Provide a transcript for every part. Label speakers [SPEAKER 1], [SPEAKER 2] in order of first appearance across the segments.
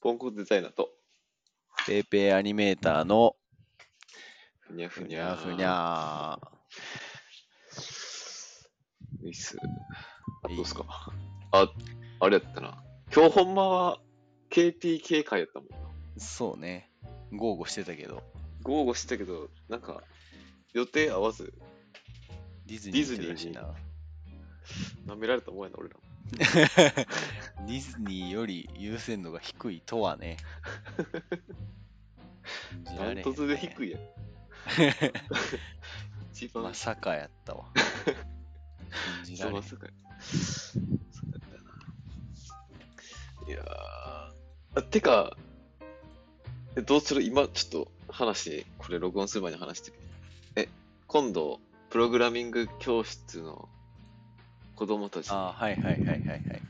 [SPEAKER 1] ポンコツデザイナーと、
[SPEAKER 2] ペーペーアニメーターの
[SPEAKER 1] ふにゃふ
[SPEAKER 2] ふ
[SPEAKER 1] に
[SPEAKER 2] に
[SPEAKER 1] ゃ
[SPEAKER 2] ゃふにゃ
[SPEAKER 1] ウィス。
[SPEAKER 2] ー。
[SPEAKER 1] どうっすかあ、あれやったな。今日ほんまは KP 警戒やったもんな。
[SPEAKER 2] そうね。豪語してたけど、
[SPEAKER 1] 豪語してたけど、なんか、予定合わず、
[SPEAKER 2] ディズ
[SPEAKER 1] ディ
[SPEAKER 2] ニー
[SPEAKER 1] ズ
[SPEAKER 2] 行っ
[SPEAKER 1] ニー
[SPEAKER 2] てた
[SPEAKER 1] に
[SPEAKER 2] らしいな。
[SPEAKER 1] 舐められたもんやな、俺ら。
[SPEAKER 2] ディズニーより優先度が低いとはね。
[SPEAKER 1] ダントツで低
[SPEAKER 2] い。
[SPEAKER 1] い やん。 一番、
[SPEAKER 2] まさかやっ たわ。信じられへ
[SPEAKER 1] ま
[SPEAKER 2] ん
[SPEAKER 1] さかや。そうだったな。いやーあ。てか、えどうする今、ちょっと話、これ録音する前に話してるえ、今度、プログラミング教室の子供たちに
[SPEAKER 2] あーはいはいはいはいはい。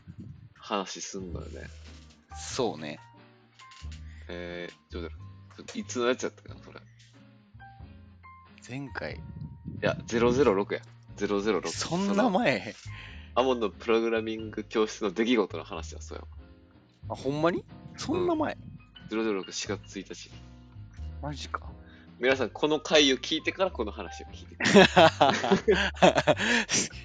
[SPEAKER 1] 話すんのよね。
[SPEAKER 2] そうね。
[SPEAKER 1] えー、どうだろうちょいつのやつやったかな、それ。い
[SPEAKER 2] 前回、
[SPEAKER 1] や、006や。006。
[SPEAKER 2] そんな
[SPEAKER 1] の
[SPEAKER 2] 前、
[SPEAKER 1] アモンのプログラミング教室の出来事の話だ、そうや。
[SPEAKER 2] あ、ほんまにそんな前、
[SPEAKER 1] 006、4月1日。
[SPEAKER 2] マ ジか。
[SPEAKER 1] 皆さん、この回を聞いてからこの話を聞いてください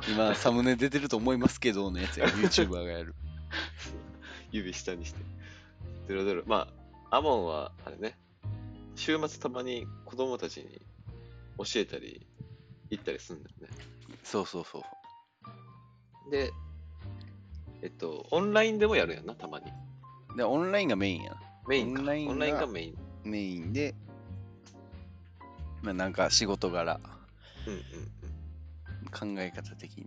[SPEAKER 2] 今、サムネ出てると思いますけどのやつや、YouTuber がやる。
[SPEAKER 1] 指下にして。ゼロゼロ。まあ、アモンは、あれね、週末たまに子供たちに教えたり、行ったりするんだよね。
[SPEAKER 2] そうそうそう。
[SPEAKER 1] で、えっと、オンラインでもやるやんな、たまに。
[SPEAKER 2] で、オンラインがメインやな。
[SPEAKER 1] メインか。オン
[SPEAKER 2] オンラ
[SPEAKER 1] ラ
[SPEAKER 2] イ
[SPEAKER 1] イ
[SPEAKER 2] ン
[SPEAKER 1] ン
[SPEAKER 2] が
[SPEAKER 1] がメイン。
[SPEAKER 2] メインで、まあ、なんか仕事柄、
[SPEAKER 1] うんうんうん。
[SPEAKER 2] 考え方的に。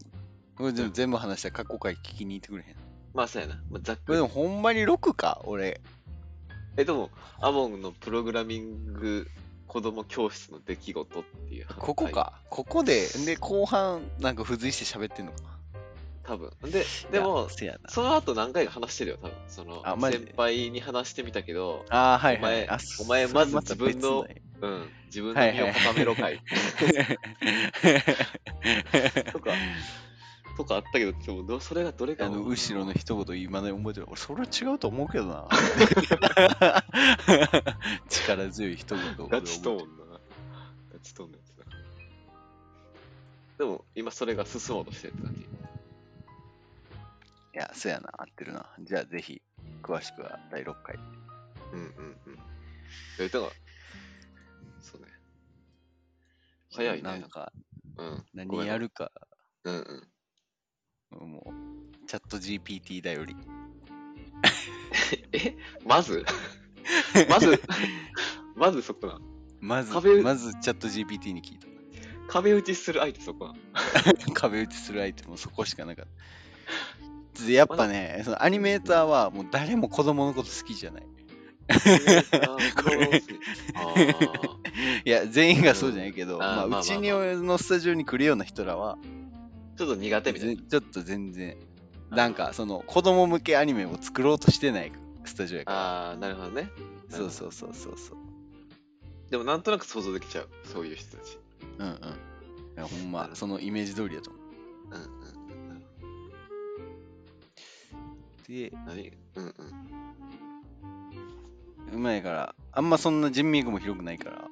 [SPEAKER 2] これでも全部話したら過去回聞きに行ってくれへん。
[SPEAKER 1] まあ、そうやな。まあ、ざっ
[SPEAKER 2] こ
[SPEAKER 1] く
[SPEAKER 2] れで
[SPEAKER 1] り。
[SPEAKER 2] もほんまに6か、俺。
[SPEAKER 1] え、でも、アモンのプログラミング子供教室の出来事っていう。
[SPEAKER 2] ここ。か。ここで、で、後半、なんか付随して喋ってんのかな。
[SPEAKER 1] 多分。で、でも
[SPEAKER 2] いや、せやな。
[SPEAKER 1] その後何回か話してるよ、多分。その
[SPEAKER 2] あ、マジで
[SPEAKER 1] 先輩に話してみたけど、
[SPEAKER 2] ああ、はいはい。
[SPEAKER 1] お前
[SPEAKER 2] あ
[SPEAKER 1] お前まず自分の
[SPEAKER 2] それ
[SPEAKER 1] うん、自分の身を固めろか い。とか、とかあったけど、でもどそれがどれ
[SPEAKER 2] あ
[SPEAKER 1] か
[SPEAKER 2] の後ろの一言今で覚えてる俺それは違うと思うけ どな力強い一言を
[SPEAKER 1] ガチトーンな。ガチトーンのやつだ。でも、今それが進もうとしてるって感じ。
[SPEAKER 2] いやそうやな合ってるなじゃあぜひ詳しくは第6回
[SPEAKER 1] うんうんうん。え、だから、そうね。早いね。
[SPEAKER 2] なんか
[SPEAKER 1] うん。ごめ
[SPEAKER 2] 何
[SPEAKER 1] ん
[SPEAKER 2] やるか
[SPEAKER 1] うんうん。
[SPEAKER 2] もうチャット GPT だより
[SPEAKER 1] え、ま ずまず、まずそこな。
[SPEAKER 2] まず
[SPEAKER 1] 壁打ち
[SPEAKER 2] まずチャット GPT に聞いた
[SPEAKER 1] 壁打ちする相手そこな。
[SPEAKER 2] 壁打ちする相手もそこしかなかったでやっぱねそのアニメーターはもう誰も子供のこと好きじゃない
[SPEAKER 1] これ。あー
[SPEAKER 2] いや全員がそうじゃないけど、
[SPEAKER 1] うんあーま
[SPEAKER 2] ま
[SPEAKER 1] あま
[SPEAKER 2] あ、
[SPEAKER 1] あまあ
[SPEAKER 2] うちのスタジオに来るような人らは
[SPEAKER 1] ちょっと苦手みたいな
[SPEAKER 2] ぜ。ちょっと全然なんかその子供向けアニメを作ろうとしてないスタジオやか
[SPEAKER 1] ああ、なるほどね。
[SPEAKER 2] らそうそうそうそうそう
[SPEAKER 1] でもなんとなく想像できちゃう、そういう人たち。
[SPEAKER 2] うんうんいやほんまそのイメージ通りだと思う
[SPEAKER 1] うんうんうん。
[SPEAKER 2] で
[SPEAKER 1] 何うんうん。
[SPEAKER 2] うまいからあんまそんな人脈も広くないから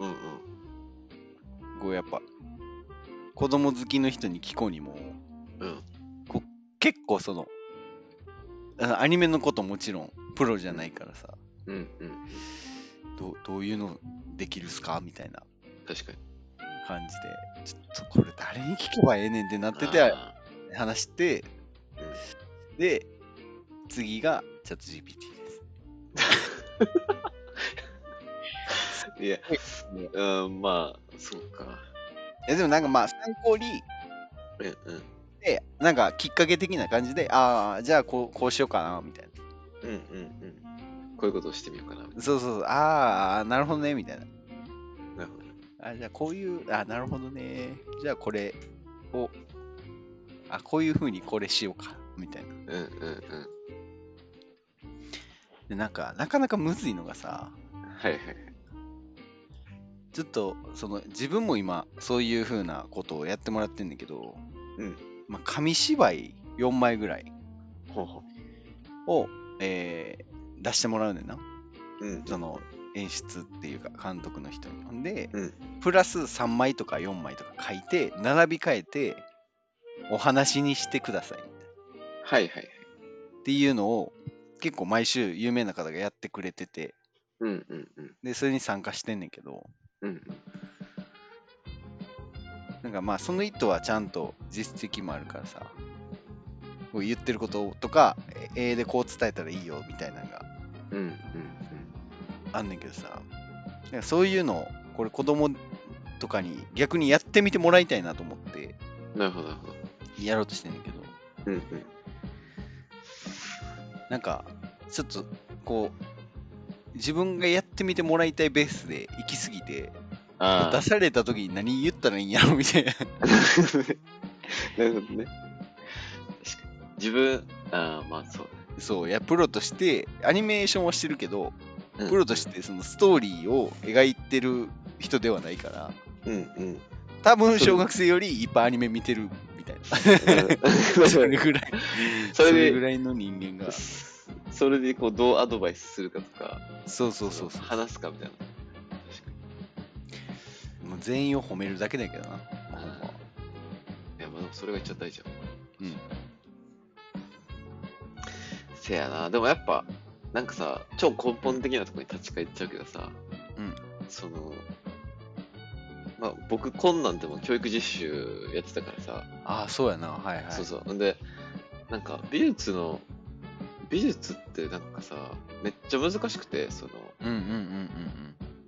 [SPEAKER 1] うんうん。
[SPEAKER 2] こうやっぱ子供好きの人に聞こうにも
[SPEAKER 1] うん
[SPEAKER 2] 結構そのあアニメのこともちろんプロじゃないからさ
[SPEAKER 1] うんうん。
[SPEAKER 2] どうどういうのできるっすかみたいな
[SPEAKER 1] 確かに。
[SPEAKER 2] 感じでちょっとこれ誰に聞けばええねんってなってて
[SPEAKER 1] あ
[SPEAKER 2] 話して
[SPEAKER 1] ーうん
[SPEAKER 2] で次がチャット GPT です
[SPEAKER 1] いや、うん、まあ、そうか。
[SPEAKER 2] いやでもなんかまあ参考に
[SPEAKER 1] うんうん。
[SPEAKER 2] でなんかきっかけ的な感じでああじゃあこうこうしようかなみたいな
[SPEAKER 1] うんうんうん。こういうことをしてみようかな。
[SPEAKER 2] そうそうそうああなるほどねみたいな
[SPEAKER 1] なるほど。
[SPEAKER 2] あじゃあこういうあなるほどねじゃあこれをあこういうふうにこれしようかみたいな
[SPEAKER 1] うんうん
[SPEAKER 2] でなんかなかなかむずいのがさ
[SPEAKER 1] うん。はいはい。
[SPEAKER 2] ちょっとその自分も今そういうふうなことをやってもらってんだけど、
[SPEAKER 1] うん
[SPEAKER 2] まあ、紙芝居4枚ぐらい
[SPEAKER 1] ほうほう。
[SPEAKER 2] を、えー出してもらうねんな
[SPEAKER 1] うん。
[SPEAKER 2] その演出っていうか監督の人にほんで、
[SPEAKER 1] うん
[SPEAKER 2] プラス3枚とか4枚とか書いて並び替えてお話にしてください
[SPEAKER 1] はいはいはい。
[SPEAKER 2] っていうのを結構毎週有名な方がやってくれてて
[SPEAKER 1] うんうんうん。
[SPEAKER 2] でそれに参加してんねんけど
[SPEAKER 1] うん。
[SPEAKER 2] なんかまあその意図はちゃんと実績もあるからさこう言ってることとかえ絵でこう伝えたらいいよみたいなのが
[SPEAKER 1] うんうん
[SPEAKER 2] あんねんけどさなんかそういうのをこれ子供とかに逆にやってみてもらいたいなと思って
[SPEAKER 1] うん。なるほどなるほど。
[SPEAKER 2] やろうとしてんねんけど
[SPEAKER 1] うんうん。
[SPEAKER 2] なんかちょっとこう自分がやってみてもらいたいベースで行き過ぎて
[SPEAKER 1] あ
[SPEAKER 2] 出された時に何言ったらいいんやろみたいな
[SPEAKER 1] あ。 なるほどね。確かに。自分、ああ、まあそうだね。
[SPEAKER 2] そういやプロとしてアニメーションはしてるけど
[SPEAKER 1] うん
[SPEAKER 2] プロとしてそのストーリーを描いてる人ではないから
[SPEAKER 1] うんうん。
[SPEAKER 2] 多分小学生よりいっぱいアニメ見てる みたいなそれぐらい
[SPEAKER 1] そ
[SPEAKER 2] そ
[SPEAKER 1] れで
[SPEAKER 2] れぐらいの人間が
[SPEAKER 1] それでこうどうアドバイスするかとか、
[SPEAKER 2] そうそうそうそ
[SPEAKER 1] 話すかみたいな。
[SPEAKER 2] うもう全員を褒めるだけだけどな
[SPEAKER 1] 確かに。いや、まあ、でもそれが一番大事やもん。
[SPEAKER 2] うん。
[SPEAKER 1] せやな、でもやっぱ、なんかさ、超根本的なところに立ち返っちゃうけどさ、
[SPEAKER 2] うん。
[SPEAKER 1] その、まあ、僕、困難でも教育実習やってたからさ、
[SPEAKER 2] ああそうやなはいはい
[SPEAKER 1] そうそう。んで、なんか、美術の、美術ってなんかさ、めっちゃ難しくて、その、
[SPEAKER 2] うんうんうん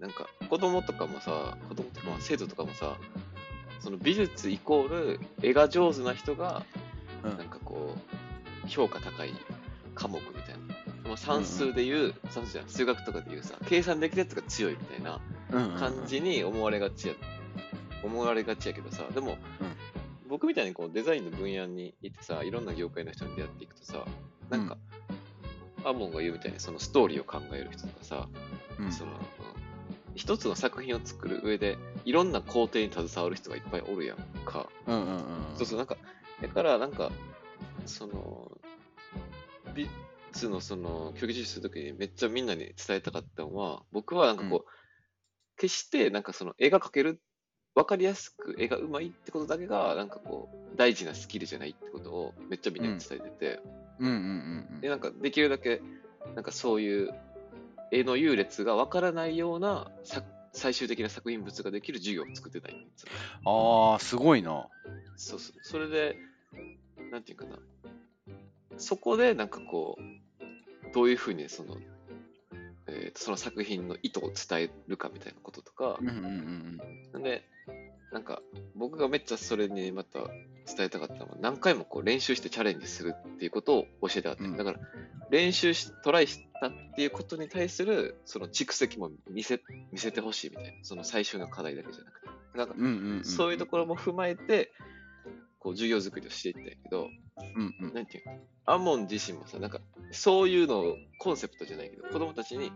[SPEAKER 1] なんか子供とかもさ子供とかまあ生徒とかもさその美術イコール絵が上手な人が
[SPEAKER 2] うんうん
[SPEAKER 1] なんかこう評価高い科目みたいな、まあ、算数でいう、算数じゃない数学とかでいうさ計算できるやつが強いみたいな
[SPEAKER 2] うんうんうん
[SPEAKER 1] 感じに思われがちや、思われがちやけどさでも、僕みたいにこうデザインの分野にいてさいろんな業界の人に出会っていくとさなんか、アモンが言うみたいにそのストーリーを考える人とかさ、
[SPEAKER 2] うん
[SPEAKER 1] その一つの作品を作る上でいろんな工程に携わる人がいっぱいおるやんか、
[SPEAKER 2] うんうんうん
[SPEAKER 1] そうそうなんかだからなんかその美術のその教育実習するときにめっちゃみんなに伝えたかったのは僕はなんかこう、
[SPEAKER 2] うん
[SPEAKER 1] 決してなんかその絵が描ける分かりやすく絵がうまいってことだけがなんかこう大事なスキルじゃないってことをめっちゃみんなに伝えてて、
[SPEAKER 2] うんうんうん
[SPEAKER 1] でなんかできるだけなんかそういう絵の優劣がわからないようなさ最終的な作品物ができる授業を作ってたいんですよ
[SPEAKER 2] ああすごいな
[SPEAKER 1] そうそうそれでなんていうかなそこでなんかこうどういうふうにその,、えーとその作品の意図を伝えるかみたいなこととか
[SPEAKER 2] うんうんうん
[SPEAKER 1] なんでなんか僕がめっちゃそれにまた伝えたかったのは何回もこう練習してチャレンジするっていうことを教えたかった、
[SPEAKER 2] うん
[SPEAKER 1] だから練習しトライしたっていうことに対するその蓄積も見せ見せてほしいみたいなその最終の課題だけじゃなくてなんか
[SPEAKER 2] うんうんうんうん
[SPEAKER 1] そういうと
[SPEAKER 2] こ
[SPEAKER 1] ころも踏まえてこう授業作りをしていったんやけど
[SPEAKER 2] うんうん
[SPEAKER 1] なんていうのアモン自身もさなんかそういうのをコンセプトじゃないけど子供たちに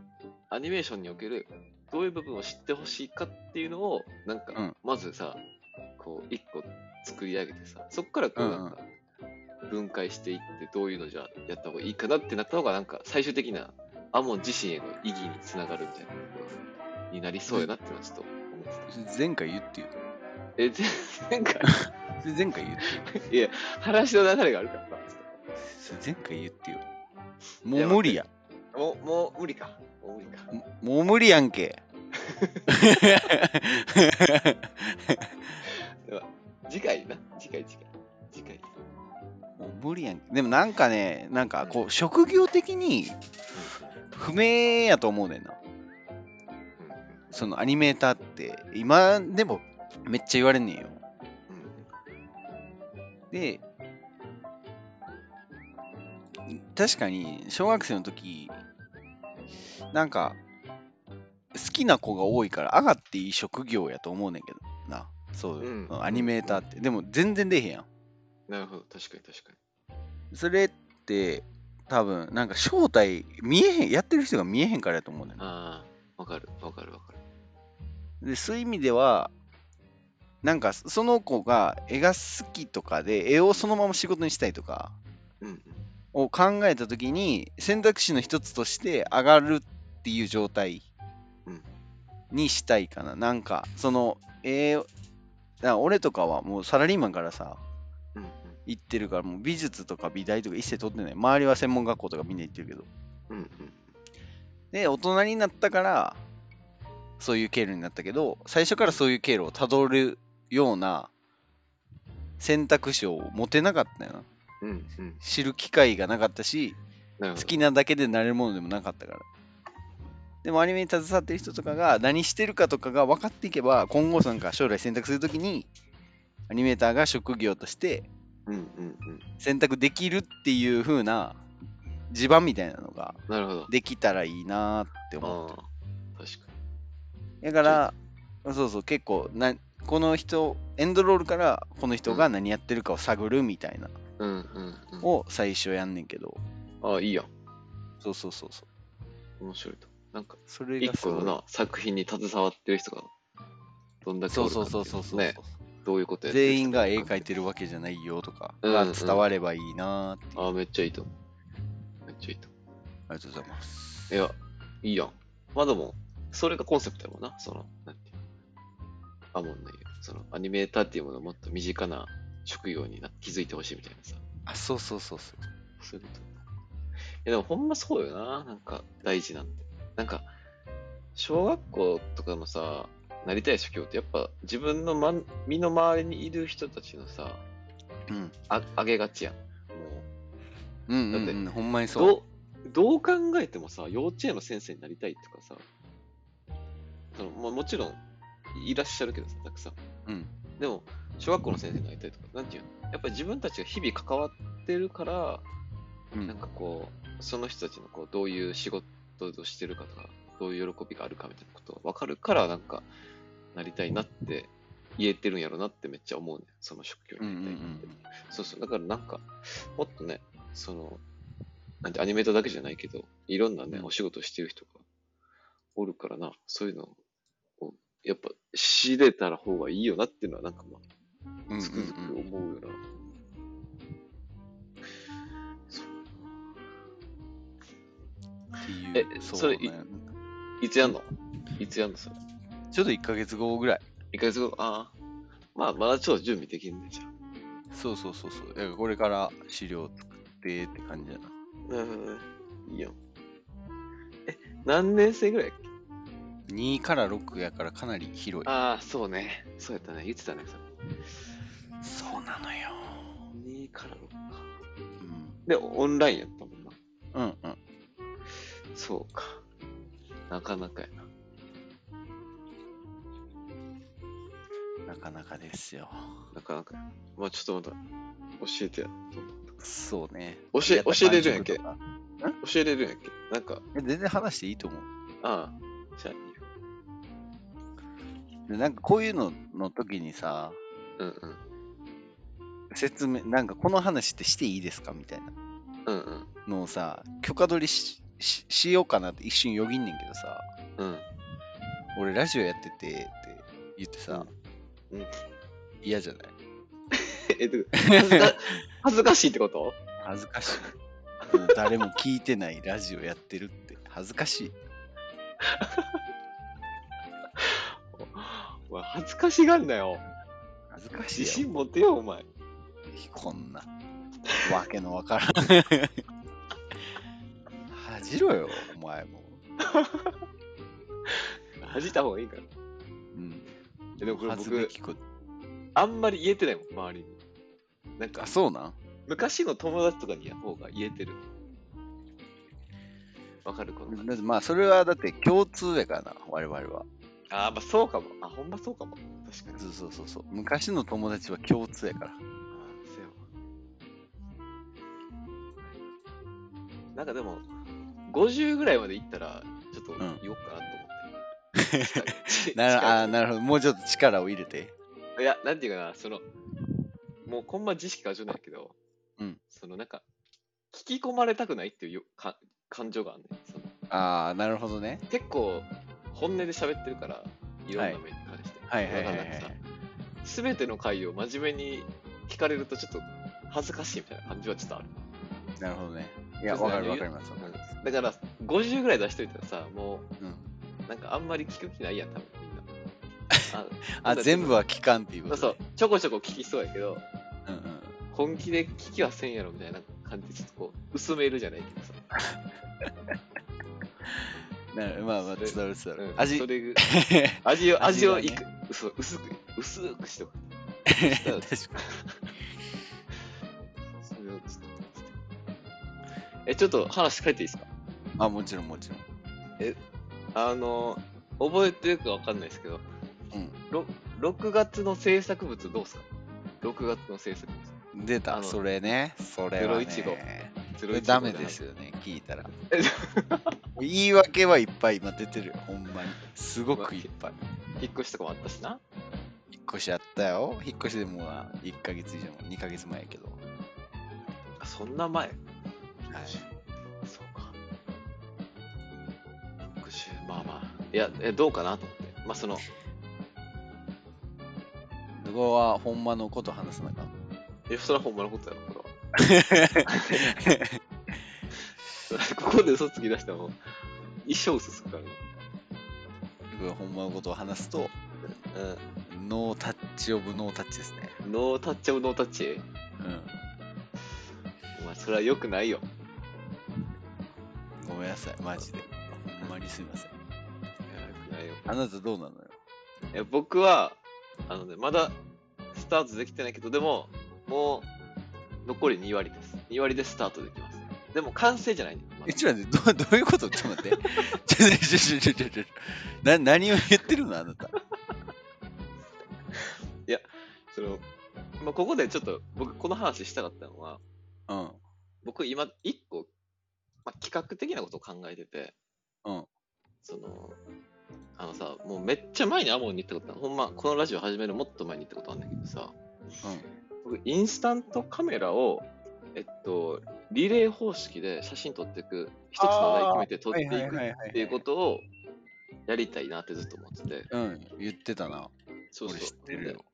[SPEAKER 1] アニメーションにおけるどういう部分を知ってほしいかっていうのをなんか、
[SPEAKER 2] うん
[SPEAKER 1] まずさこう一個作り上げてさそっからこう
[SPEAKER 2] うんう
[SPEAKER 1] なんんか分解していってどういうのじゃやった方がいいかなってなった方がなんか最終的なアモン自身への意義につながるみたいなになりそうやなってのはちょっと思ってた。
[SPEAKER 2] 前回言ってよ
[SPEAKER 1] え全然か
[SPEAKER 2] それ前回言ってよ
[SPEAKER 1] いや話の流れがあるからさ
[SPEAKER 2] それ前回言ってよ
[SPEAKER 1] い
[SPEAKER 2] も
[SPEAKER 1] や
[SPEAKER 2] う無理や
[SPEAKER 1] もうもう無理かもう無理か。
[SPEAKER 2] ももう無理やんけ
[SPEAKER 1] 次回な次回次回次回
[SPEAKER 2] もう無理やんけでもなんかねなんかこう職業的に不明やと思うねんなそのアニメーターって今でもめっちゃ言われんねんよで確かに小学生の時なんか好きな子が多いから上がっていい職業やと思うねんけどなそう、
[SPEAKER 1] うん
[SPEAKER 2] アニメーターってでも全然出えへんやん
[SPEAKER 1] なるほど確かに確か
[SPEAKER 2] それって多分なんか正体見えへんやってる人が見えへんからやと思うねん
[SPEAKER 1] にああわかるわかるわかる
[SPEAKER 2] でそういう意味ではなんかその子が絵が好きとかで絵をそのまま仕事にしたいとか
[SPEAKER 1] うん
[SPEAKER 2] を考えた時に選択肢の一つとして上がるっていう状態
[SPEAKER 1] うん
[SPEAKER 2] にしたいかななんかそのえーな俺とかはもうサラリーマンからさ
[SPEAKER 1] うん
[SPEAKER 2] 行ってるからもう美術とか美大とか一切取ってない周りは専門学校とかみんな行ってるけど
[SPEAKER 1] うんうん
[SPEAKER 2] で大人になったからそういう経路になったけど最初からそういう経路をたどるような選択肢を持てなかったよな
[SPEAKER 1] うんうんうん
[SPEAKER 2] 知る機会がなかったし
[SPEAKER 1] なるほ
[SPEAKER 2] 好
[SPEAKER 1] ど
[SPEAKER 2] きなだけでなれるものでもなかったからでもアニメに携わってる人とかが何してるかとかが分かっていけば今後なんか将来選択するときにアニメーターが職業として
[SPEAKER 1] うんうんうん
[SPEAKER 2] 選択できるっていう風な地盤みたいなのが
[SPEAKER 1] なるほど
[SPEAKER 2] できたらいいなーって思う
[SPEAKER 1] ああ確か
[SPEAKER 2] だから、そうそう、結構な、この人、エンドロールからこの人が何やってるかを探るみたいな
[SPEAKER 1] にうんうんうん
[SPEAKER 2] を最初やんねんけど、
[SPEAKER 1] ああいいやん
[SPEAKER 2] そうそうそうそう。
[SPEAKER 1] 面白いとなんか
[SPEAKER 2] それ
[SPEAKER 1] 一
[SPEAKER 2] がす
[SPEAKER 1] 個
[SPEAKER 2] ご
[SPEAKER 1] の
[SPEAKER 2] い
[SPEAKER 1] な作品に携わってる人がどんだけ
[SPEAKER 2] そ
[SPEAKER 1] お
[SPEAKER 2] う
[SPEAKER 1] るかっ
[SPEAKER 2] そう
[SPEAKER 1] てい
[SPEAKER 2] そうそうそう。
[SPEAKER 1] ねどういうことやってる
[SPEAKER 2] 全員が絵
[SPEAKER 1] 人か
[SPEAKER 2] 描いてるわけじゃないよとか
[SPEAKER 1] うんう
[SPEAKER 2] が
[SPEAKER 1] ん
[SPEAKER 2] 伝わればいいなーっていう、
[SPEAKER 1] ああめっちゃいいと思うめっちゃいいと思
[SPEAKER 2] ありがとうございます。
[SPEAKER 1] ういやいいやんまあでもそれがコンセプトやもんなそのなんていうあもんねそのアニメーターっていうものをもっと身近な職業にな気づいてほしいみたいなさ
[SPEAKER 2] あ、そうそうそうそう。
[SPEAKER 1] そういうこと。いやでもほんまそうよな、なんか大事なんて。なんか、小学校とかのさ、なりたい職業ってやっぱ自分の、まん、身の回りにいる人たちのさ、
[SPEAKER 2] うん。
[SPEAKER 1] あ上げがちやん。も
[SPEAKER 2] うんうん、
[SPEAKER 1] だ
[SPEAKER 2] うん、ほんまに
[SPEAKER 1] う
[SPEAKER 2] そう。
[SPEAKER 1] どう、どう考えてもさ、幼稚園の先生になりたいとかさ、そのももちろんいらっしゃるけどさ、たくさん。
[SPEAKER 2] うん。
[SPEAKER 1] でも、小学校の先生になりたいとか、なんていうのやっぱり自分たちが日々関わってるから、
[SPEAKER 2] う
[SPEAKER 1] なん
[SPEAKER 2] ん。
[SPEAKER 1] かこう、その人たちのこうどういう仕事をしてるかとか、どういう喜びがあるかみたいなことが分かるから、なんか、なりたいなって言えてるんやろなってめっちゃ思うね、その職業
[SPEAKER 2] うんう
[SPEAKER 1] に
[SPEAKER 2] んう
[SPEAKER 1] なりたいなって。
[SPEAKER 2] ん。
[SPEAKER 1] そうそう、だからなんか、もっとね、その、なんてアニメーターだけじゃないけど、いろんなね、
[SPEAKER 2] うん
[SPEAKER 1] お仕事してる人がおるからな、そういうのを、やっぱ知れたら方がいいよなっていうのは、なんかまあ、
[SPEAKER 2] うんうん
[SPEAKER 1] つくづく
[SPEAKER 2] うん。
[SPEAKER 1] 思うよな。そう
[SPEAKER 2] っていう。
[SPEAKER 1] え
[SPEAKER 2] そう
[SPEAKER 1] それ
[SPEAKER 2] ね
[SPEAKER 1] いつやんのいつやんのそれ。
[SPEAKER 2] ちょっと1ヶ月後ぐらい。
[SPEAKER 1] 1ヶ月後ああ。まあ、まだちょっと準備できんねじゃん。
[SPEAKER 2] そうそうそうそう。だからこれから資料作ってって感じやな。
[SPEAKER 1] なるほどね。いいよ。え、何年生ぐらいやっけ
[SPEAKER 2] 2から6やからかなり広い。
[SPEAKER 1] ああ、そうね。そうやったね。言ってたね。それ
[SPEAKER 2] そうなのよ。
[SPEAKER 1] 2から6か。
[SPEAKER 2] うん。
[SPEAKER 1] で、オンラインやったもんな。
[SPEAKER 2] うんうん。
[SPEAKER 1] そうか。なかなかやな。
[SPEAKER 2] なかなかですよ。
[SPEAKER 1] なかなかや。まあ、ちょっとまた、教えてや。どんどん
[SPEAKER 2] そうね。
[SPEAKER 1] 教え
[SPEAKER 2] やっぱ
[SPEAKER 1] 教えれるんやけ
[SPEAKER 2] 感触とか
[SPEAKER 1] 教えれるんやっけなんか、
[SPEAKER 2] え全然話していいと思う。
[SPEAKER 1] ああ、じゃあいいよ。
[SPEAKER 2] でなんかこういうのの時にさ、
[SPEAKER 1] うんうん。
[SPEAKER 2] 説明、なんかこの話ってしていいですかみたいな
[SPEAKER 1] うんうん。
[SPEAKER 2] のをさ、許可取りしししようかなって一瞬よぎんねんけどさ、
[SPEAKER 1] うん。
[SPEAKER 2] 俺ラジオやっててって言ってさ、
[SPEAKER 1] うんうん
[SPEAKER 2] 嫌じゃない
[SPEAKER 1] えっと、恥ずか恥ずかしいってこと
[SPEAKER 2] 恥ずかしい。もう誰も聞いてないラジオやってるって恥ずかしい。
[SPEAKER 1] お前恥ずかしがんなよ。
[SPEAKER 2] 恥ずかし
[SPEAKER 1] 自
[SPEAKER 2] いよ。
[SPEAKER 1] 信持てよ、お前。
[SPEAKER 2] こんな。わけのわからん。 恥じろよ、お前も。
[SPEAKER 1] 恥じた方がいいから。
[SPEAKER 2] うん。
[SPEAKER 1] えでもこれ
[SPEAKER 2] 恥ずべ
[SPEAKER 1] 僕、
[SPEAKER 2] きこと。あ
[SPEAKER 1] あんまり言えてないもん、周りに。なんか、
[SPEAKER 2] そうなん
[SPEAKER 1] 昔の友達とかにや方が言えてる。わかるこの感じ。
[SPEAKER 2] だってまあ、それはだって共通やからな、我々は。
[SPEAKER 1] あー、まあそうかも。あ、ほんまそうかも。確かに。
[SPEAKER 2] そうそうそうそう。昔の友達は共通やから。
[SPEAKER 1] あーせやわなんかでも、50ぐらいまで行ったら、ちょっと
[SPEAKER 2] ん
[SPEAKER 1] 言おうかなと思って。
[SPEAKER 2] なるあー
[SPEAKER 1] る
[SPEAKER 2] なるほど。もうちょっと力を入れて。
[SPEAKER 1] いや、なんていうかな、その、もうこんま知識過剰なんやけど、
[SPEAKER 2] うん
[SPEAKER 1] そのなんか、聞き込まれたくないっていうよか感情があるねんその。
[SPEAKER 2] ああ、なるほどね。
[SPEAKER 1] 結構、本音で喋ってるから、いろんな面に関して。
[SPEAKER 2] はいはいはいは
[SPEAKER 1] だからなんか
[SPEAKER 2] い。
[SPEAKER 1] さすべての回を真面目に聞かれると、ちょっと恥ずかしいみたいな感じはちょっとある。
[SPEAKER 2] なるほどね。いや、わかるわかります。わかる
[SPEAKER 1] だから、50ぐらい出しといたらさ、も
[SPEAKER 2] うん
[SPEAKER 1] う、なんかあんまり聞く気ないやん、 多分みんな。あ
[SPEAKER 2] あ、全部は期間っていう
[SPEAKER 1] そ
[SPEAKER 2] こ
[SPEAKER 1] うそ
[SPEAKER 2] と
[SPEAKER 1] う
[SPEAKER 2] ね。、
[SPEAKER 1] ちょこちょこ聞きそうやけど、
[SPEAKER 2] うんうん
[SPEAKER 1] 本気で聞きはせんやろみたいな感じで、ちょっとこう、薄めるじゃないけどさ。
[SPEAKER 2] なるまあまあ、
[SPEAKER 1] それ
[SPEAKER 2] 伝わる伝わ
[SPEAKER 1] う
[SPEAKER 2] る
[SPEAKER 1] ん。
[SPEAKER 2] 味
[SPEAKER 1] そ、れぐ 味を、味をい
[SPEAKER 2] 味
[SPEAKER 1] く、
[SPEAKER 2] が
[SPEAKER 1] そう薄く、薄くしとく。
[SPEAKER 2] 確かに。
[SPEAKER 1] それをちょっとえ、ちょっと話変えていいですか
[SPEAKER 2] あ、もちろんもちろん。
[SPEAKER 1] あの、覚えてるかわかんないですけど、
[SPEAKER 2] うん
[SPEAKER 1] ろ6月の制作物どうですか ?6 月の制作物。
[SPEAKER 2] 出
[SPEAKER 1] あ
[SPEAKER 2] た、
[SPEAKER 1] の
[SPEAKER 2] それね。それは、ね。
[SPEAKER 1] 015
[SPEAKER 2] これダメですよね、聞いたら
[SPEAKER 1] え。
[SPEAKER 2] 言い訳はいっぱい今出てる、ほんまに。すごくいっぱい。
[SPEAKER 1] 引っ越しとかもあったしな。
[SPEAKER 2] 引っ越しあったよ。引っ越しでもうあ1ヶ月以上、2ヶ月前やけど。は
[SPEAKER 1] あそんな前
[SPEAKER 2] い。
[SPEAKER 1] そうか。60、まあまあ。いや、えどうかなと思って。まあその、
[SPEAKER 2] そこはほんまのこと話さなあかん。
[SPEAKER 1] え、それはほんまのことやろ、これは。それ ここで嘘つき出したらもう、一生嘘つくから
[SPEAKER 2] 僕がほんまのことを話すと、
[SPEAKER 1] な。
[SPEAKER 2] ノータッチオブノータッチですね。
[SPEAKER 1] うん。ノータッチオブノータッチ
[SPEAKER 2] う
[SPEAKER 1] お前、それは良くないよ。
[SPEAKER 2] ん。ごめんなさい、マジで。ほんまにすいません。
[SPEAKER 1] いや良くないよ。
[SPEAKER 2] あなたどうなのよ。
[SPEAKER 1] いや僕はあのねまだスタートできてないけどでももう残り2割です2割でスタートできますでも完成じゃない、ねまだ
[SPEAKER 2] え、ちょっと待って、どどういうことちょっと待って。 ちょちょちょちょちょちょちょな何を言ってるのあなた。
[SPEAKER 1] その、まあ、ここでちょっと僕この話したかったのは
[SPEAKER 2] うん。
[SPEAKER 1] 僕今1個、まあ、企画的なことを考えてて
[SPEAKER 2] うん
[SPEAKER 1] そのあのさもうめっちゃ前にアモンに行ったことあるほんまこのラジオ始めるもっと前に行ったことあるんだけどさ僕インスタントカメラをえっとリレー方式で写真撮っていく一つの題決めて撮っていく
[SPEAKER 2] はいは
[SPEAKER 1] っていうことをやりたいなってずっと思ってて。
[SPEAKER 2] うん、言ってたな。
[SPEAKER 1] そうそう
[SPEAKER 2] 俺知ってるよ。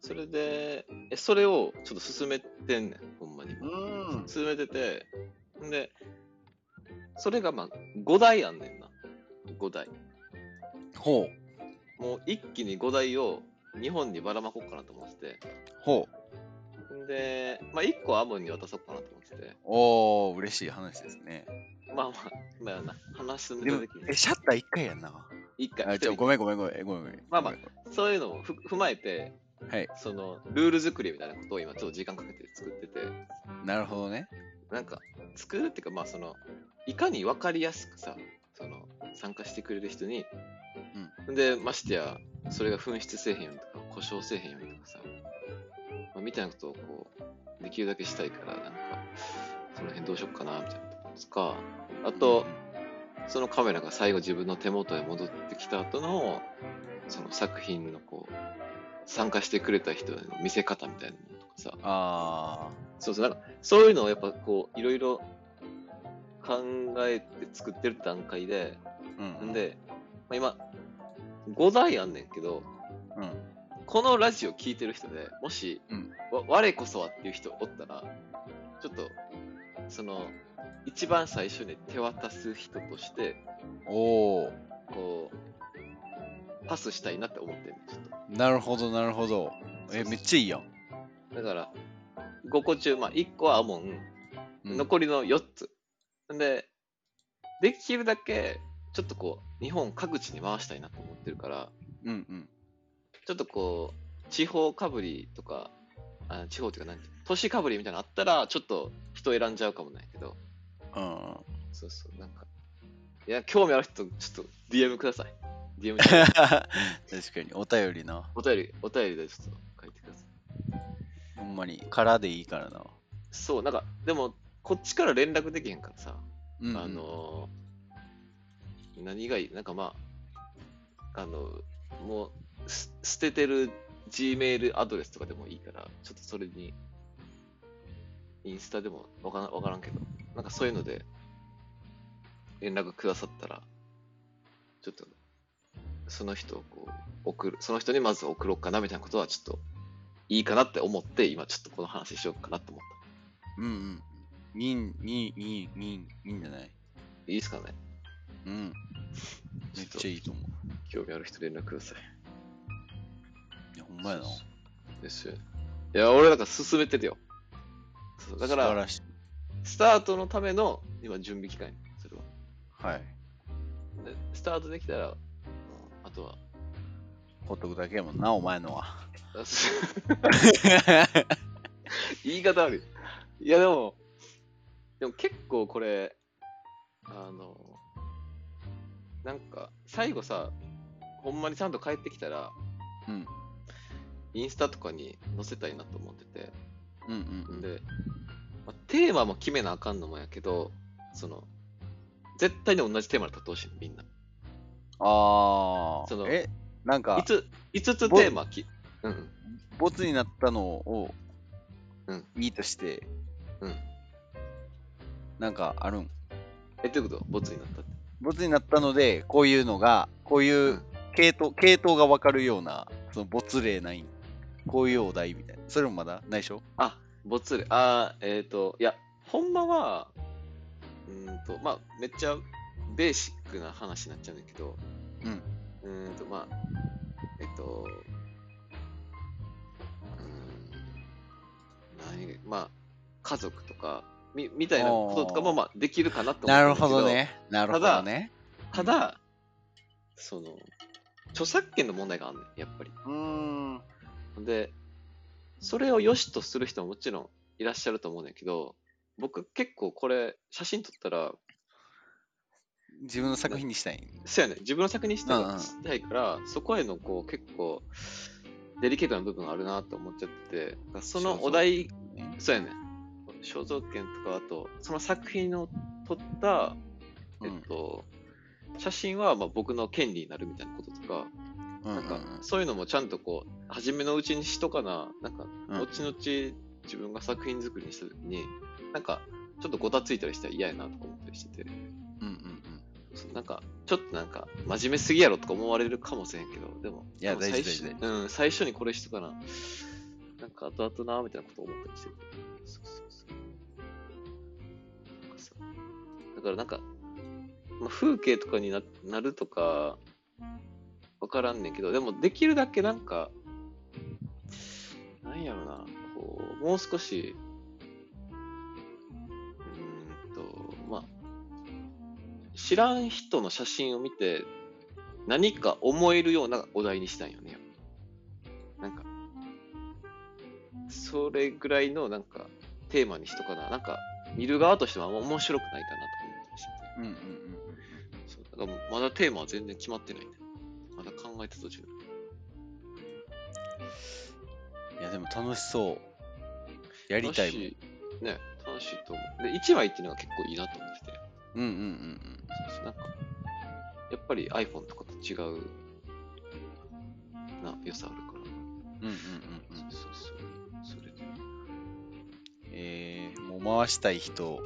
[SPEAKER 1] それで、えそれをちょっと進めてんねん、ほんまに。
[SPEAKER 2] ん。
[SPEAKER 1] 進めてて、んで、それがまあ5台あんねんな。5台。
[SPEAKER 2] ほう、
[SPEAKER 1] もう一気に5台を日本にばらまこうかなと思って
[SPEAKER 2] ほう。
[SPEAKER 1] て。んで、まあ1個アモンに渡そうかなと思ってて。
[SPEAKER 2] おー、嬉しい話ですね。
[SPEAKER 1] まあまあ、まあやな、話進め
[SPEAKER 2] で
[SPEAKER 1] た
[SPEAKER 2] も
[SPEAKER 1] 時、に
[SPEAKER 2] え、シャッター一回やんな。
[SPEAKER 1] 一
[SPEAKER 2] あ、
[SPEAKER 1] 回
[SPEAKER 2] ちょ、
[SPEAKER 1] 一人
[SPEAKER 2] ごめんごめんごめんごめんごめん。
[SPEAKER 1] まあまあ
[SPEAKER 2] ごめんごめん
[SPEAKER 1] そういうのをふ踏まえて、
[SPEAKER 2] はい
[SPEAKER 1] そのルール作りみたいなことを今ちょっと時間かけて作ってて
[SPEAKER 2] なるほどね。
[SPEAKER 1] なんか作るっていうかまあそのいかに分かりやすくさその参加してくれる人に、でましてやそれが紛失せえへんようにとか故障せえへんようにとかさ、まあ、みたいなことをこうできるだけしたいからなんかその辺どうしよっかなみたいなとことかあと、そのカメラが最後自分の手元へ戻ってきた後のその作品のこう参加してくれた人への見せ方みたいなのとかさ
[SPEAKER 2] あ
[SPEAKER 1] そうそうなんかそういうのをやっぱこういろいろ考えて作ってる段階で
[SPEAKER 2] ー、うん。
[SPEAKER 1] ん、で、まあ、今5台あんねんけど
[SPEAKER 2] うん。
[SPEAKER 1] このラジオ聞いてる人でもし、
[SPEAKER 2] うん
[SPEAKER 1] わ我こそはっていう人おったらちょっとその一番最初に手渡す人として
[SPEAKER 2] おー、
[SPEAKER 1] こう、パスしたいなって思ってるちょっ
[SPEAKER 2] なるほど、なるほど。え、めっちゃいいやん。
[SPEAKER 1] と。だから、5個中、まあ、1個はアモン、
[SPEAKER 2] うん
[SPEAKER 1] 残りの4つ。ん、で、できるだけ、ちょっとこう、日本各地に回したいなと思ってるから、
[SPEAKER 2] うんうん。
[SPEAKER 1] ちょっとこう、地方かぶりとか、あ地方っていうか何、都市かぶりみたいなのあったら、ちょっと人選んじゃうかもないけど、
[SPEAKER 2] うん うん。
[SPEAKER 1] そうそう、なんか、いや、興味ある人、ちょっと DM ください。DM ちょうだい
[SPEAKER 2] 確かに、お便りな。
[SPEAKER 1] お便り、お便りでちょっと書いてください。
[SPEAKER 2] ほんまに、空でいいからな。
[SPEAKER 1] そう、なんか、でも、こっちから連絡できへんからさ、
[SPEAKER 2] うんうん
[SPEAKER 1] あ、のー何がいいなんかまあ、あの、もう、す捨ててる Gmail アドレスとかでもいいから、ちょっとそれに、インスタでもわからんわからんけど、なんかそういうので、連絡くださったら、ちょっと、その人をこう、送る、その人にまず送ろうかなみたいなことは、ちょっと、いいかなって思って、今ちょっとこの話しようかなと思った。
[SPEAKER 2] うんうん。いいん、いい、いい、いい、いいんじゃない
[SPEAKER 1] いいっすかね
[SPEAKER 2] うん。めっちゃいいと思う。
[SPEAKER 1] 興味ある人連絡ください。
[SPEAKER 2] いや、ほんまやな。
[SPEAKER 1] ですよねいや、俺なんか進めてるよ。そうだか
[SPEAKER 2] 素晴
[SPEAKER 1] ら、
[SPEAKER 2] らしい。
[SPEAKER 1] スタートのための今、準備期間よそれは。
[SPEAKER 2] はい。
[SPEAKER 1] で、スタートできたら、うんあとは、
[SPEAKER 2] ほっとくだけやもんな、お前のは。
[SPEAKER 1] あす言い方悪い。いや、でも、でも結構これ、あの、なんか、最後さ、ほんまにちゃんと帰ってきたら、
[SPEAKER 2] うん。
[SPEAKER 1] インスタとかに載せたいなと思ってて、
[SPEAKER 2] うんうんうん。
[SPEAKER 1] で、まあテーマも決めなあかんのもやけど、その、絶対に同じテーマで撮ってほしい、みんな。
[SPEAKER 2] あ
[SPEAKER 1] そ
[SPEAKER 2] あ。
[SPEAKER 1] の
[SPEAKER 2] え、なんか
[SPEAKER 1] 5、つ、五つテーマき、うん、
[SPEAKER 2] ボツになったのを、
[SPEAKER 1] うん
[SPEAKER 2] いいとして、
[SPEAKER 1] うん。
[SPEAKER 2] なんかあるん
[SPEAKER 1] え、どういうことボツになったって。
[SPEAKER 2] ボツになったので、こういうのが、こういううん系統、系統がわかるような、そのボツ例ないんこういうお題みたいな。それもまだないでしょ
[SPEAKER 1] あ、ボツレ、あー、えっ、と、いや、ほんまは、うーんと、まあ、めっちゃベーシックな話になっちゃうんだけど、
[SPEAKER 2] うん。
[SPEAKER 1] うーんと、まあ、えっ、と、うーん、何、まあ、家族とか、みみたいなこととかも、
[SPEAKER 2] あー
[SPEAKER 1] まあ、できるかなと思
[SPEAKER 2] な
[SPEAKER 1] ってんだ
[SPEAKER 2] る
[SPEAKER 1] け
[SPEAKER 2] ほど。ね。なるほどね。
[SPEAKER 1] ただ、その、著作権の問題があるねんやっぱり。
[SPEAKER 2] うーん。
[SPEAKER 1] で、それを良しとする人ももちろんいらっしゃると思うんだけど、僕結構これ写真撮ったら、
[SPEAKER 2] 自分の作品にしたい。
[SPEAKER 1] そうやね、自分の作品にした
[SPEAKER 2] うんう
[SPEAKER 1] ら
[SPEAKER 2] ん
[SPEAKER 1] したいから、そこへのこう結構デリケートな部分あるなと思っちゃってて、だからそのお題、そうやね、肖像権とかあと、その作品を撮った、
[SPEAKER 2] う
[SPEAKER 1] えっ
[SPEAKER 2] ん
[SPEAKER 1] と、写真はまあ僕の権利になるみたいなこととか、
[SPEAKER 2] う
[SPEAKER 1] なんか
[SPEAKER 2] う
[SPEAKER 1] そういうのもちゃんとこう初めのうちにしとかななんか
[SPEAKER 2] うん
[SPEAKER 1] 後々自分が作品作りにした時になんかちょっとごたついたりしたら嫌やなとか思ったりしてて
[SPEAKER 2] うんうんうん。
[SPEAKER 1] そうなんかちょっとなんか真面目すぎやろとか思われるかもしれんけどでも
[SPEAKER 2] い
[SPEAKER 1] で
[SPEAKER 2] や
[SPEAKER 1] も最
[SPEAKER 2] 大事
[SPEAKER 1] 初
[SPEAKER 2] 大事
[SPEAKER 1] うん、最初にこれしとかななんか後々なみたいなこと思ったりしててそうそうそうなんかさだからなんか、まあ、風景とかにななるとかわからんねんけどでもできるだけなんかなんやろなこうもう少しうーんとまあ知らん人の写真を見て何か思えるようなお題にしたんよね。なんか、それぐらいのなんかテーマにしとかな。なんか、見る側としてはあんま面白くないかなと思ったりして
[SPEAKER 2] うんうんうん。
[SPEAKER 1] てそうだからもうまだテーマは全然決まってないね。まだ考えた途中。
[SPEAKER 2] いや、でも楽しそう。やりたいもん。
[SPEAKER 1] 楽しいね、楽しいと思う。で、1枚っていうのが結構いいなと思ってて。
[SPEAKER 2] うんうんうん
[SPEAKER 1] そうそうなんか、やっぱり iPhone とかと違うな、良さあるから。
[SPEAKER 2] うん。うんうんうんうん。
[SPEAKER 1] そうそうそう。それで。
[SPEAKER 2] えー、もう回したい人を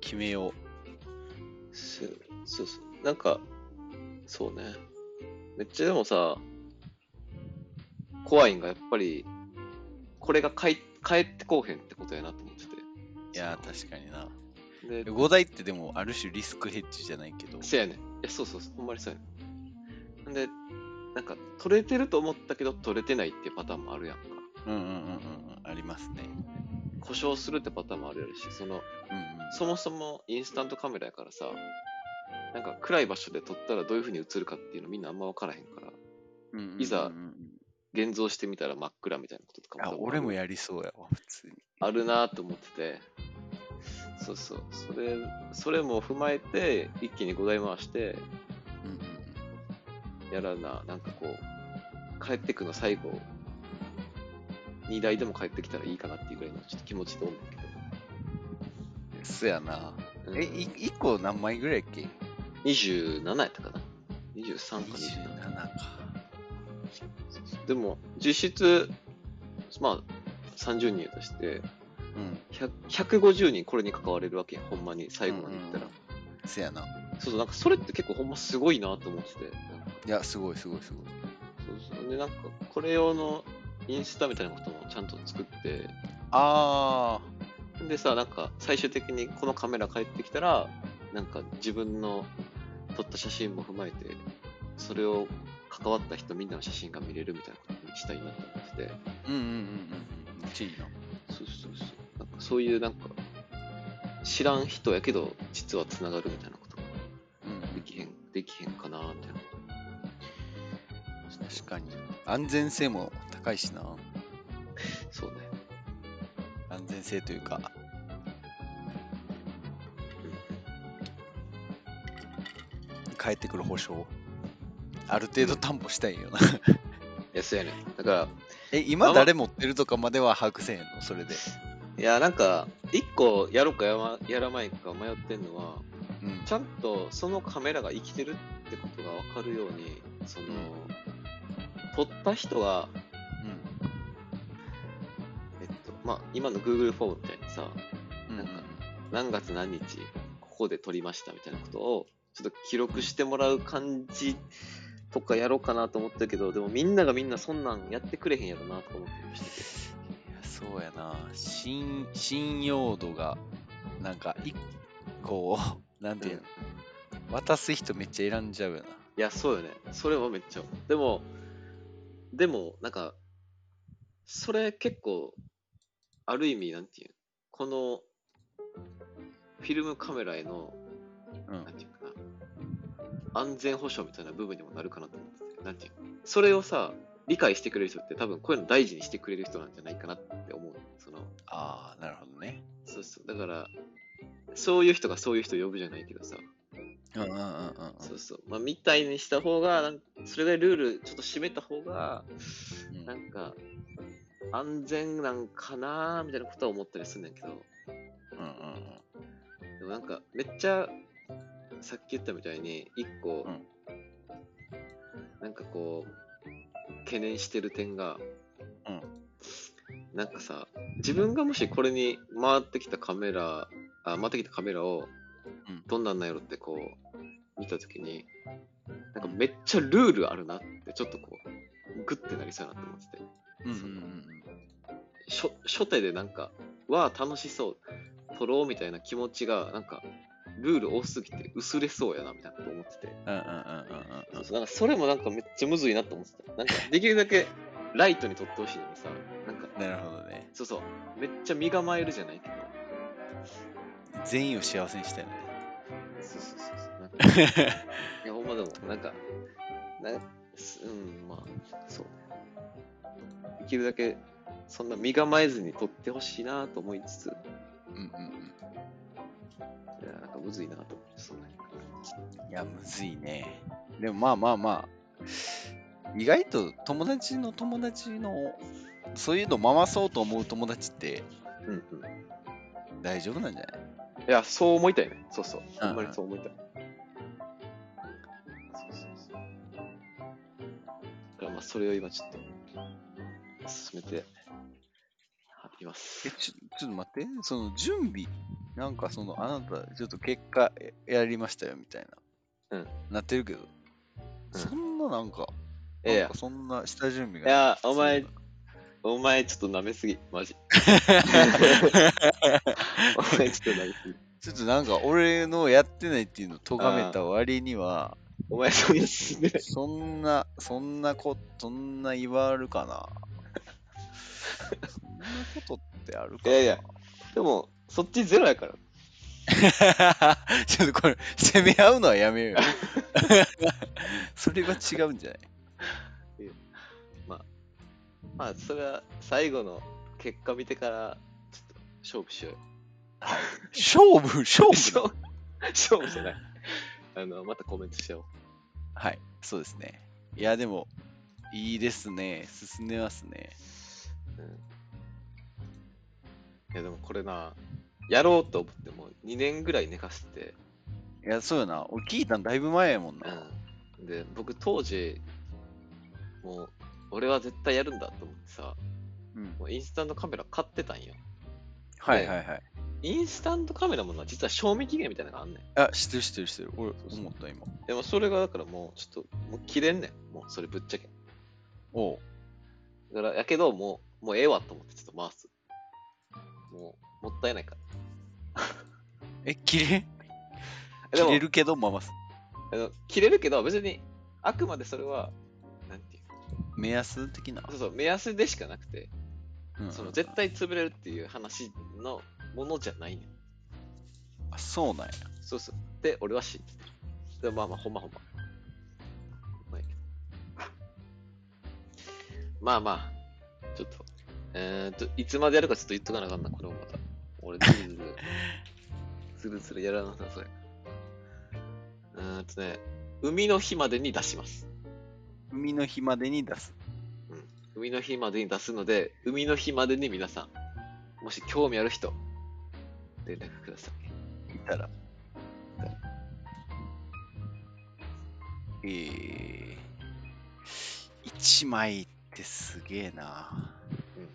[SPEAKER 2] 決めよ
[SPEAKER 1] そうそうそう。なんか、そうね。めっちゃでもさ、怖いんがやっぱり、これが帰帰ってこうへんってことやなと思ってて。
[SPEAKER 2] う。いやー、確かにな。
[SPEAKER 1] に。で、
[SPEAKER 2] 5台ってでも、ある種リスクヘッジじゃないけど。
[SPEAKER 1] せやねん。いや、そうそうそう、ほんまにそうやねん。なんで、なんか、取れてると思ったけど、取れてないっていうパターンもあるやんか。
[SPEAKER 2] うんうんうんうんうん。ありますね。
[SPEAKER 1] 故障するってパターンもあるやろし、その、
[SPEAKER 2] うん
[SPEAKER 1] そもそもインスタントカメラやからさ、なんか暗い場所で撮ったらどういう風に映るかっていうのみんなあんま分からへんから、
[SPEAKER 2] うんうんうんうん。
[SPEAKER 1] いざ
[SPEAKER 2] うんうんうん
[SPEAKER 1] 現像してみたら真っ暗みたいなこととか
[SPEAKER 2] あ、
[SPEAKER 1] 多分
[SPEAKER 2] 俺もやりそうやわ、普通に。
[SPEAKER 1] あるなと思ってて、そうそう、それ、それも踏まえて、一気に5台回して、
[SPEAKER 2] うんうん
[SPEAKER 1] やらな、なんかこう、帰ってくの最後、2台でも帰ってきたらいいかなっていうぐらいのちょっと気持ちでおんだ
[SPEAKER 2] うん。そやな。
[SPEAKER 1] けど、うん
[SPEAKER 2] え、い1個何枚ぐらいやっけ
[SPEAKER 1] 27やったかな ?23 か
[SPEAKER 2] ?27
[SPEAKER 1] 27。
[SPEAKER 2] か。
[SPEAKER 1] でも、実質、まあ、30人やとして、
[SPEAKER 2] うん。
[SPEAKER 1] 100 150人これに関われるわけやん、ほんまに最後までいったら。
[SPEAKER 2] うんそやな。
[SPEAKER 1] そうそう、なんかそれって結構ほんますごいなと思ってて。なんか
[SPEAKER 2] いや、すごいすごいすごい。
[SPEAKER 1] そうそう。で、なんかこれ用のインスタみたいなこともちゃんと作って、
[SPEAKER 2] あー。
[SPEAKER 1] でさ、なんか最終的にこのカメラ帰ってきたら、なんか自分の撮った写真も踏まえて、それを関わった人みんなの写真が見れるみたいなことにしたいなと思ってて、
[SPEAKER 2] うんうんうんうん。めっちゃいいな。
[SPEAKER 1] そうそうそう。なんかそういうなんか、知らん人やけど、実はつながるみたいなことが
[SPEAKER 2] うん
[SPEAKER 1] できへん、できへんかなみたいな。
[SPEAKER 2] 確かに。安全性も高いしな。
[SPEAKER 1] そうね。
[SPEAKER 2] 安全性というか。帰ってくる保証。ある程度担保したいよな。
[SPEAKER 1] いや、そうやね。だから、
[SPEAKER 2] え、今誰持ってるとかまでは把握せえへんのそれで。
[SPEAKER 1] いや、なんか、一個やろうかや,、ま、やらないか迷ってんのは、
[SPEAKER 2] うん
[SPEAKER 1] ちゃんとそのカメラが生きてるってことが分かるように、その、撮った人が、えっと、まあ、今の Google フォームみたいにさ、
[SPEAKER 2] うん。
[SPEAKER 1] なんか何月何日、ここで撮りましたみたいなことを、ちょっと記録してもらう感じとかやろうかなと思ってるけど、でもみんながみんなそんなんやってくれへんやろなとか思ってましてて。
[SPEAKER 2] いやそうやな信信用度がなんか一個 なんていうの、渡す人めっちゃ選んじゃうよない
[SPEAKER 1] や、そうよね。それはめっちゃ思う。でも、でも、なんか、それ結構、ある意味、なんていうのこの、フィルムカメラへの、
[SPEAKER 2] うん
[SPEAKER 1] なんていうかな、安全保障みたいな部分にもなるかなと思ってて、なんていうのそれをさ、理解してくれる人って多分こういうの大事にしてくれる人なんじゃないかなって思う。その、
[SPEAKER 2] ああなるほどね
[SPEAKER 1] そうそう。だから、そういう人がそういう人を呼ぶじゃないけどさ、
[SPEAKER 2] うんうんうんうんうん
[SPEAKER 1] そうそう。まあ、みたいにした方が、なんそれぐらいルールちょっと締めた方が、
[SPEAKER 2] うん
[SPEAKER 1] なんか、安全なんかなーみたいなことは思ったりすんねんけど、で
[SPEAKER 2] うんうん
[SPEAKER 1] もなんか、めっちゃ、さっき言ったみたいに、一個、
[SPEAKER 2] うん
[SPEAKER 1] なんかこう、懸念してる点が、
[SPEAKER 2] うん
[SPEAKER 1] なんかさ、自分がもしこれに回ってきたカメラ、あ回ってきたカメラを
[SPEAKER 2] うん、
[SPEAKER 1] どんなんなんやろってこう、見たときに、なんかめっちゃルールあるなって、ちょっとこう、グッてなりそうやなと思ってて。
[SPEAKER 2] うんうん
[SPEAKER 1] そ初初手でなんか、わあ、楽しそう、撮ろうみたいな気持ちが、なんか、ルール多すぎて薄れそうやな、みたいなこと思ってて。
[SPEAKER 2] うんうんうんうん
[SPEAKER 1] そうそうなんかそれもなんかめっちゃむずいなと思ってた。なんか、できるだけライトに撮ってほしいのにさ、なんか、
[SPEAKER 2] うんなるほどね
[SPEAKER 1] そうそう、めっちゃ身構えるじゃないけど、
[SPEAKER 2] 全員を幸せにしたいのね
[SPEAKER 1] そうそうそうそう。なんか いや、ほんまでも、なんか、なすうん、まあ、そう。できるだけ、そんな身構えずに撮ってほしいなと思いつつ、い
[SPEAKER 2] うんうん
[SPEAKER 1] や、なんかむずいなと思って、そんなに。
[SPEAKER 2] うんいやむずいねでもまあまあまあ意外と友達の友達のそういうの回そうと思う友達って
[SPEAKER 1] うんうん。い
[SPEAKER 2] 大丈夫なんじゃない
[SPEAKER 1] や、そう思いたいね。そうそう。
[SPEAKER 2] うん
[SPEAKER 1] あんまりそう思いたい。そうそうそう。だからまあ、それを今ちょっと、進めて、はいます。
[SPEAKER 2] え、ちょちょっと待って、その準備、なんかその、あなた、ちょっと結果えやりましたよみたいな、
[SPEAKER 1] うん
[SPEAKER 2] なってるけど、
[SPEAKER 1] うん
[SPEAKER 2] そんななんか、
[SPEAKER 1] いやい
[SPEAKER 2] なん
[SPEAKER 1] や
[SPEAKER 2] かそんな下準備
[SPEAKER 1] い
[SPEAKER 2] がない。
[SPEAKER 1] や、お前、お前ちょっと舐めすぎ、マ ジ。お前ちょっと舐めすぎ。
[SPEAKER 2] ちょっとなんか、俺のやってないっていうのを咎めた割には、
[SPEAKER 1] お前そんな進んでない。
[SPEAKER 2] そんな、そんなこ、そんな言われるかな。そんなことってあるか
[SPEAKER 1] い
[SPEAKER 2] な
[SPEAKER 1] やいや、でも、そっちゼロやから。
[SPEAKER 2] ちょっとこれ、攻め合うのはやめようよ。 それは違うんじゃない
[SPEAKER 1] まあ、それは最後の結果見てから、ちょっと勝負しようよ。
[SPEAKER 2] 勝負、勝負。
[SPEAKER 1] 負勝負じゃない。あの、またコメントしよ
[SPEAKER 2] はい、そうですね。いや、でも、いいですね。進んでますね。
[SPEAKER 1] う。うん、いや、でもこれな、やろうと思っても2年ぐらい寝かせて、
[SPEAKER 2] いや、そうよな。俺聞いたんだいぶ前やもんな。
[SPEAKER 1] うん、で、僕当時、もう、俺は絶対やるんだと思ってさ、
[SPEAKER 2] うん。
[SPEAKER 1] もうインスタントカメラ買ってたんよ。
[SPEAKER 2] はいはいはい。
[SPEAKER 1] インスタントカメラもな、実は賞味期限みたいなのがあんねん。
[SPEAKER 2] あ、知ってる知ってる知ってる。俺
[SPEAKER 1] そう、そう
[SPEAKER 2] 思った今。
[SPEAKER 1] でもそれがだからもうちょっともう切れんねん。もうそれぶっちゃけ。
[SPEAKER 2] おう。
[SPEAKER 1] だからやけどもう、もうええわと思ってちょっと回す。ももったいないか
[SPEAKER 2] え、切れ
[SPEAKER 1] ら。で
[SPEAKER 2] 切
[SPEAKER 1] も
[SPEAKER 2] れるけど回す。
[SPEAKER 1] あの切れるけど、別に、あくまでそれは、なんていうの
[SPEAKER 2] 目安的な。
[SPEAKER 1] そうそう、目安でしかなくて、
[SPEAKER 2] うん
[SPEAKER 1] その絶対潰れるっていう話のものじゃないねん。
[SPEAKER 2] あそうなんや。
[SPEAKER 1] そうそう。で、俺は信じてる。でまあまあ、ほんまほんま。ほんまやけどまあまあ、ちょっと、えー、と、いつまでやるかちょっと言っとかなあかんな、これをまた。俺、ずるずる、ずるずるやらなさそうやから。うーんとね、海の日までに出します。
[SPEAKER 2] 海の日までに出す。
[SPEAKER 1] 海の日までに出すので、海の日までに皆さん、もし興味ある人、連絡ください。
[SPEAKER 2] いたら。えー、1枚ってすげえな。
[SPEAKER 1] うん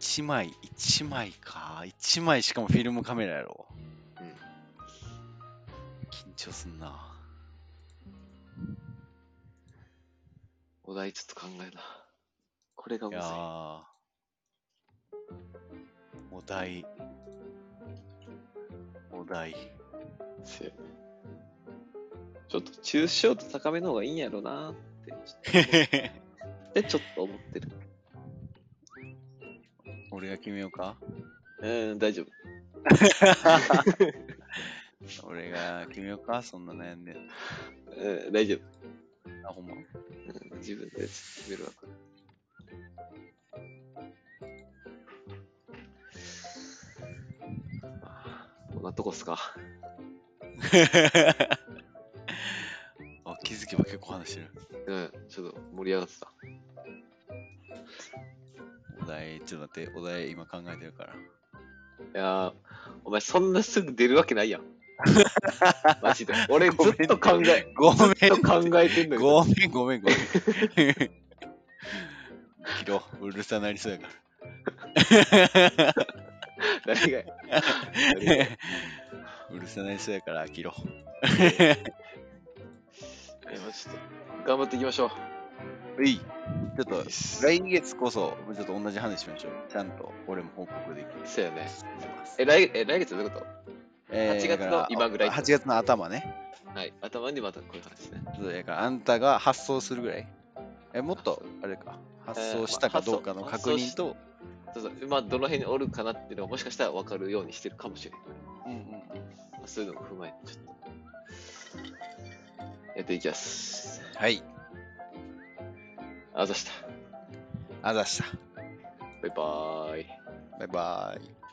[SPEAKER 2] 1枚、1枚か。1枚しかもフィルムカメラやろ。
[SPEAKER 1] うん
[SPEAKER 2] 緊張すんな。
[SPEAKER 1] お題ちょっと考えな。これが
[SPEAKER 2] い
[SPEAKER 1] む
[SPEAKER 2] や
[SPEAKER 1] ずい。
[SPEAKER 2] ーお題。お 題。
[SPEAKER 1] そうやねちょっと抽象度高めの方がいいんやろなーって、ちょっと思って、ちょっと思ってる。
[SPEAKER 2] 俺が決めようか
[SPEAKER 1] うん、大丈夫。
[SPEAKER 2] 俺が決めようかそんな悩んでん
[SPEAKER 1] うん、大丈夫。
[SPEAKER 2] あ、ほんま。
[SPEAKER 1] うん自分で決めるわ。これあーこんなとこっすか。
[SPEAKER 2] あ、気づけば結構話して
[SPEAKER 1] う
[SPEAKER 2] る。
[SPEAKER 1] ん、ちょっと盛り上がってた。
[SPEAKER 2] お題、ちょっと待って、お題今考えてるから。
[SPEAKER 1] いやーお前そんなすぐ出るわけない やん。マジで。俺ずっと考え、
[SPEAKER 2] ごめん
[SPEAKER 1] ずっと考えてんのよ。
[SPEAKER 2] ごめん、ごめん、ごめん。切ろう。うるさなりそうやから。
[SPEAKER 1] 誰が。
[SPEAKER 2] うるさなりそうやから、切ろう。
[SPEAKER 1] いやちょっと頑張っていきましょう。
[SPEAKER 2] うい。ちょっと、来月こそ、ちょっと同じ話しましょう。ちゃんと、俺も報告できる。
[SPEAKER 1] そうやね。
[SPEAKER 2] ます
[SPEAKER 1] え、来え来月はどういうこと
[SPEAKER 2] え
[SPEAKER 1] 8月の今ぐらい
[SPEAKER 2] 8月の頭ね。
[SPEAKER 1] はい。頭にまたこういう話ね。
[SPEAKER 2] そうやから、あんたが発送するぐらい。え、もっと、あれか。発送したかどうかの確認と、
[SPEAKER 1] そうそう。今どの辺におるかなっていうのがもしかしたら分かるようにしてるかもしれない。
[SPEAKER 2] うんうん
[SPEAKER 1] まあそういうのも踏まえて、ちょっと。やっていきます。
[SPEAKER 2] はい、
[SPEAKER 1] あざした。
[SPEAKER 2] あざした。
[SPEAKER 1] バイバーイ。
[SPEAKER 2] バイバイ。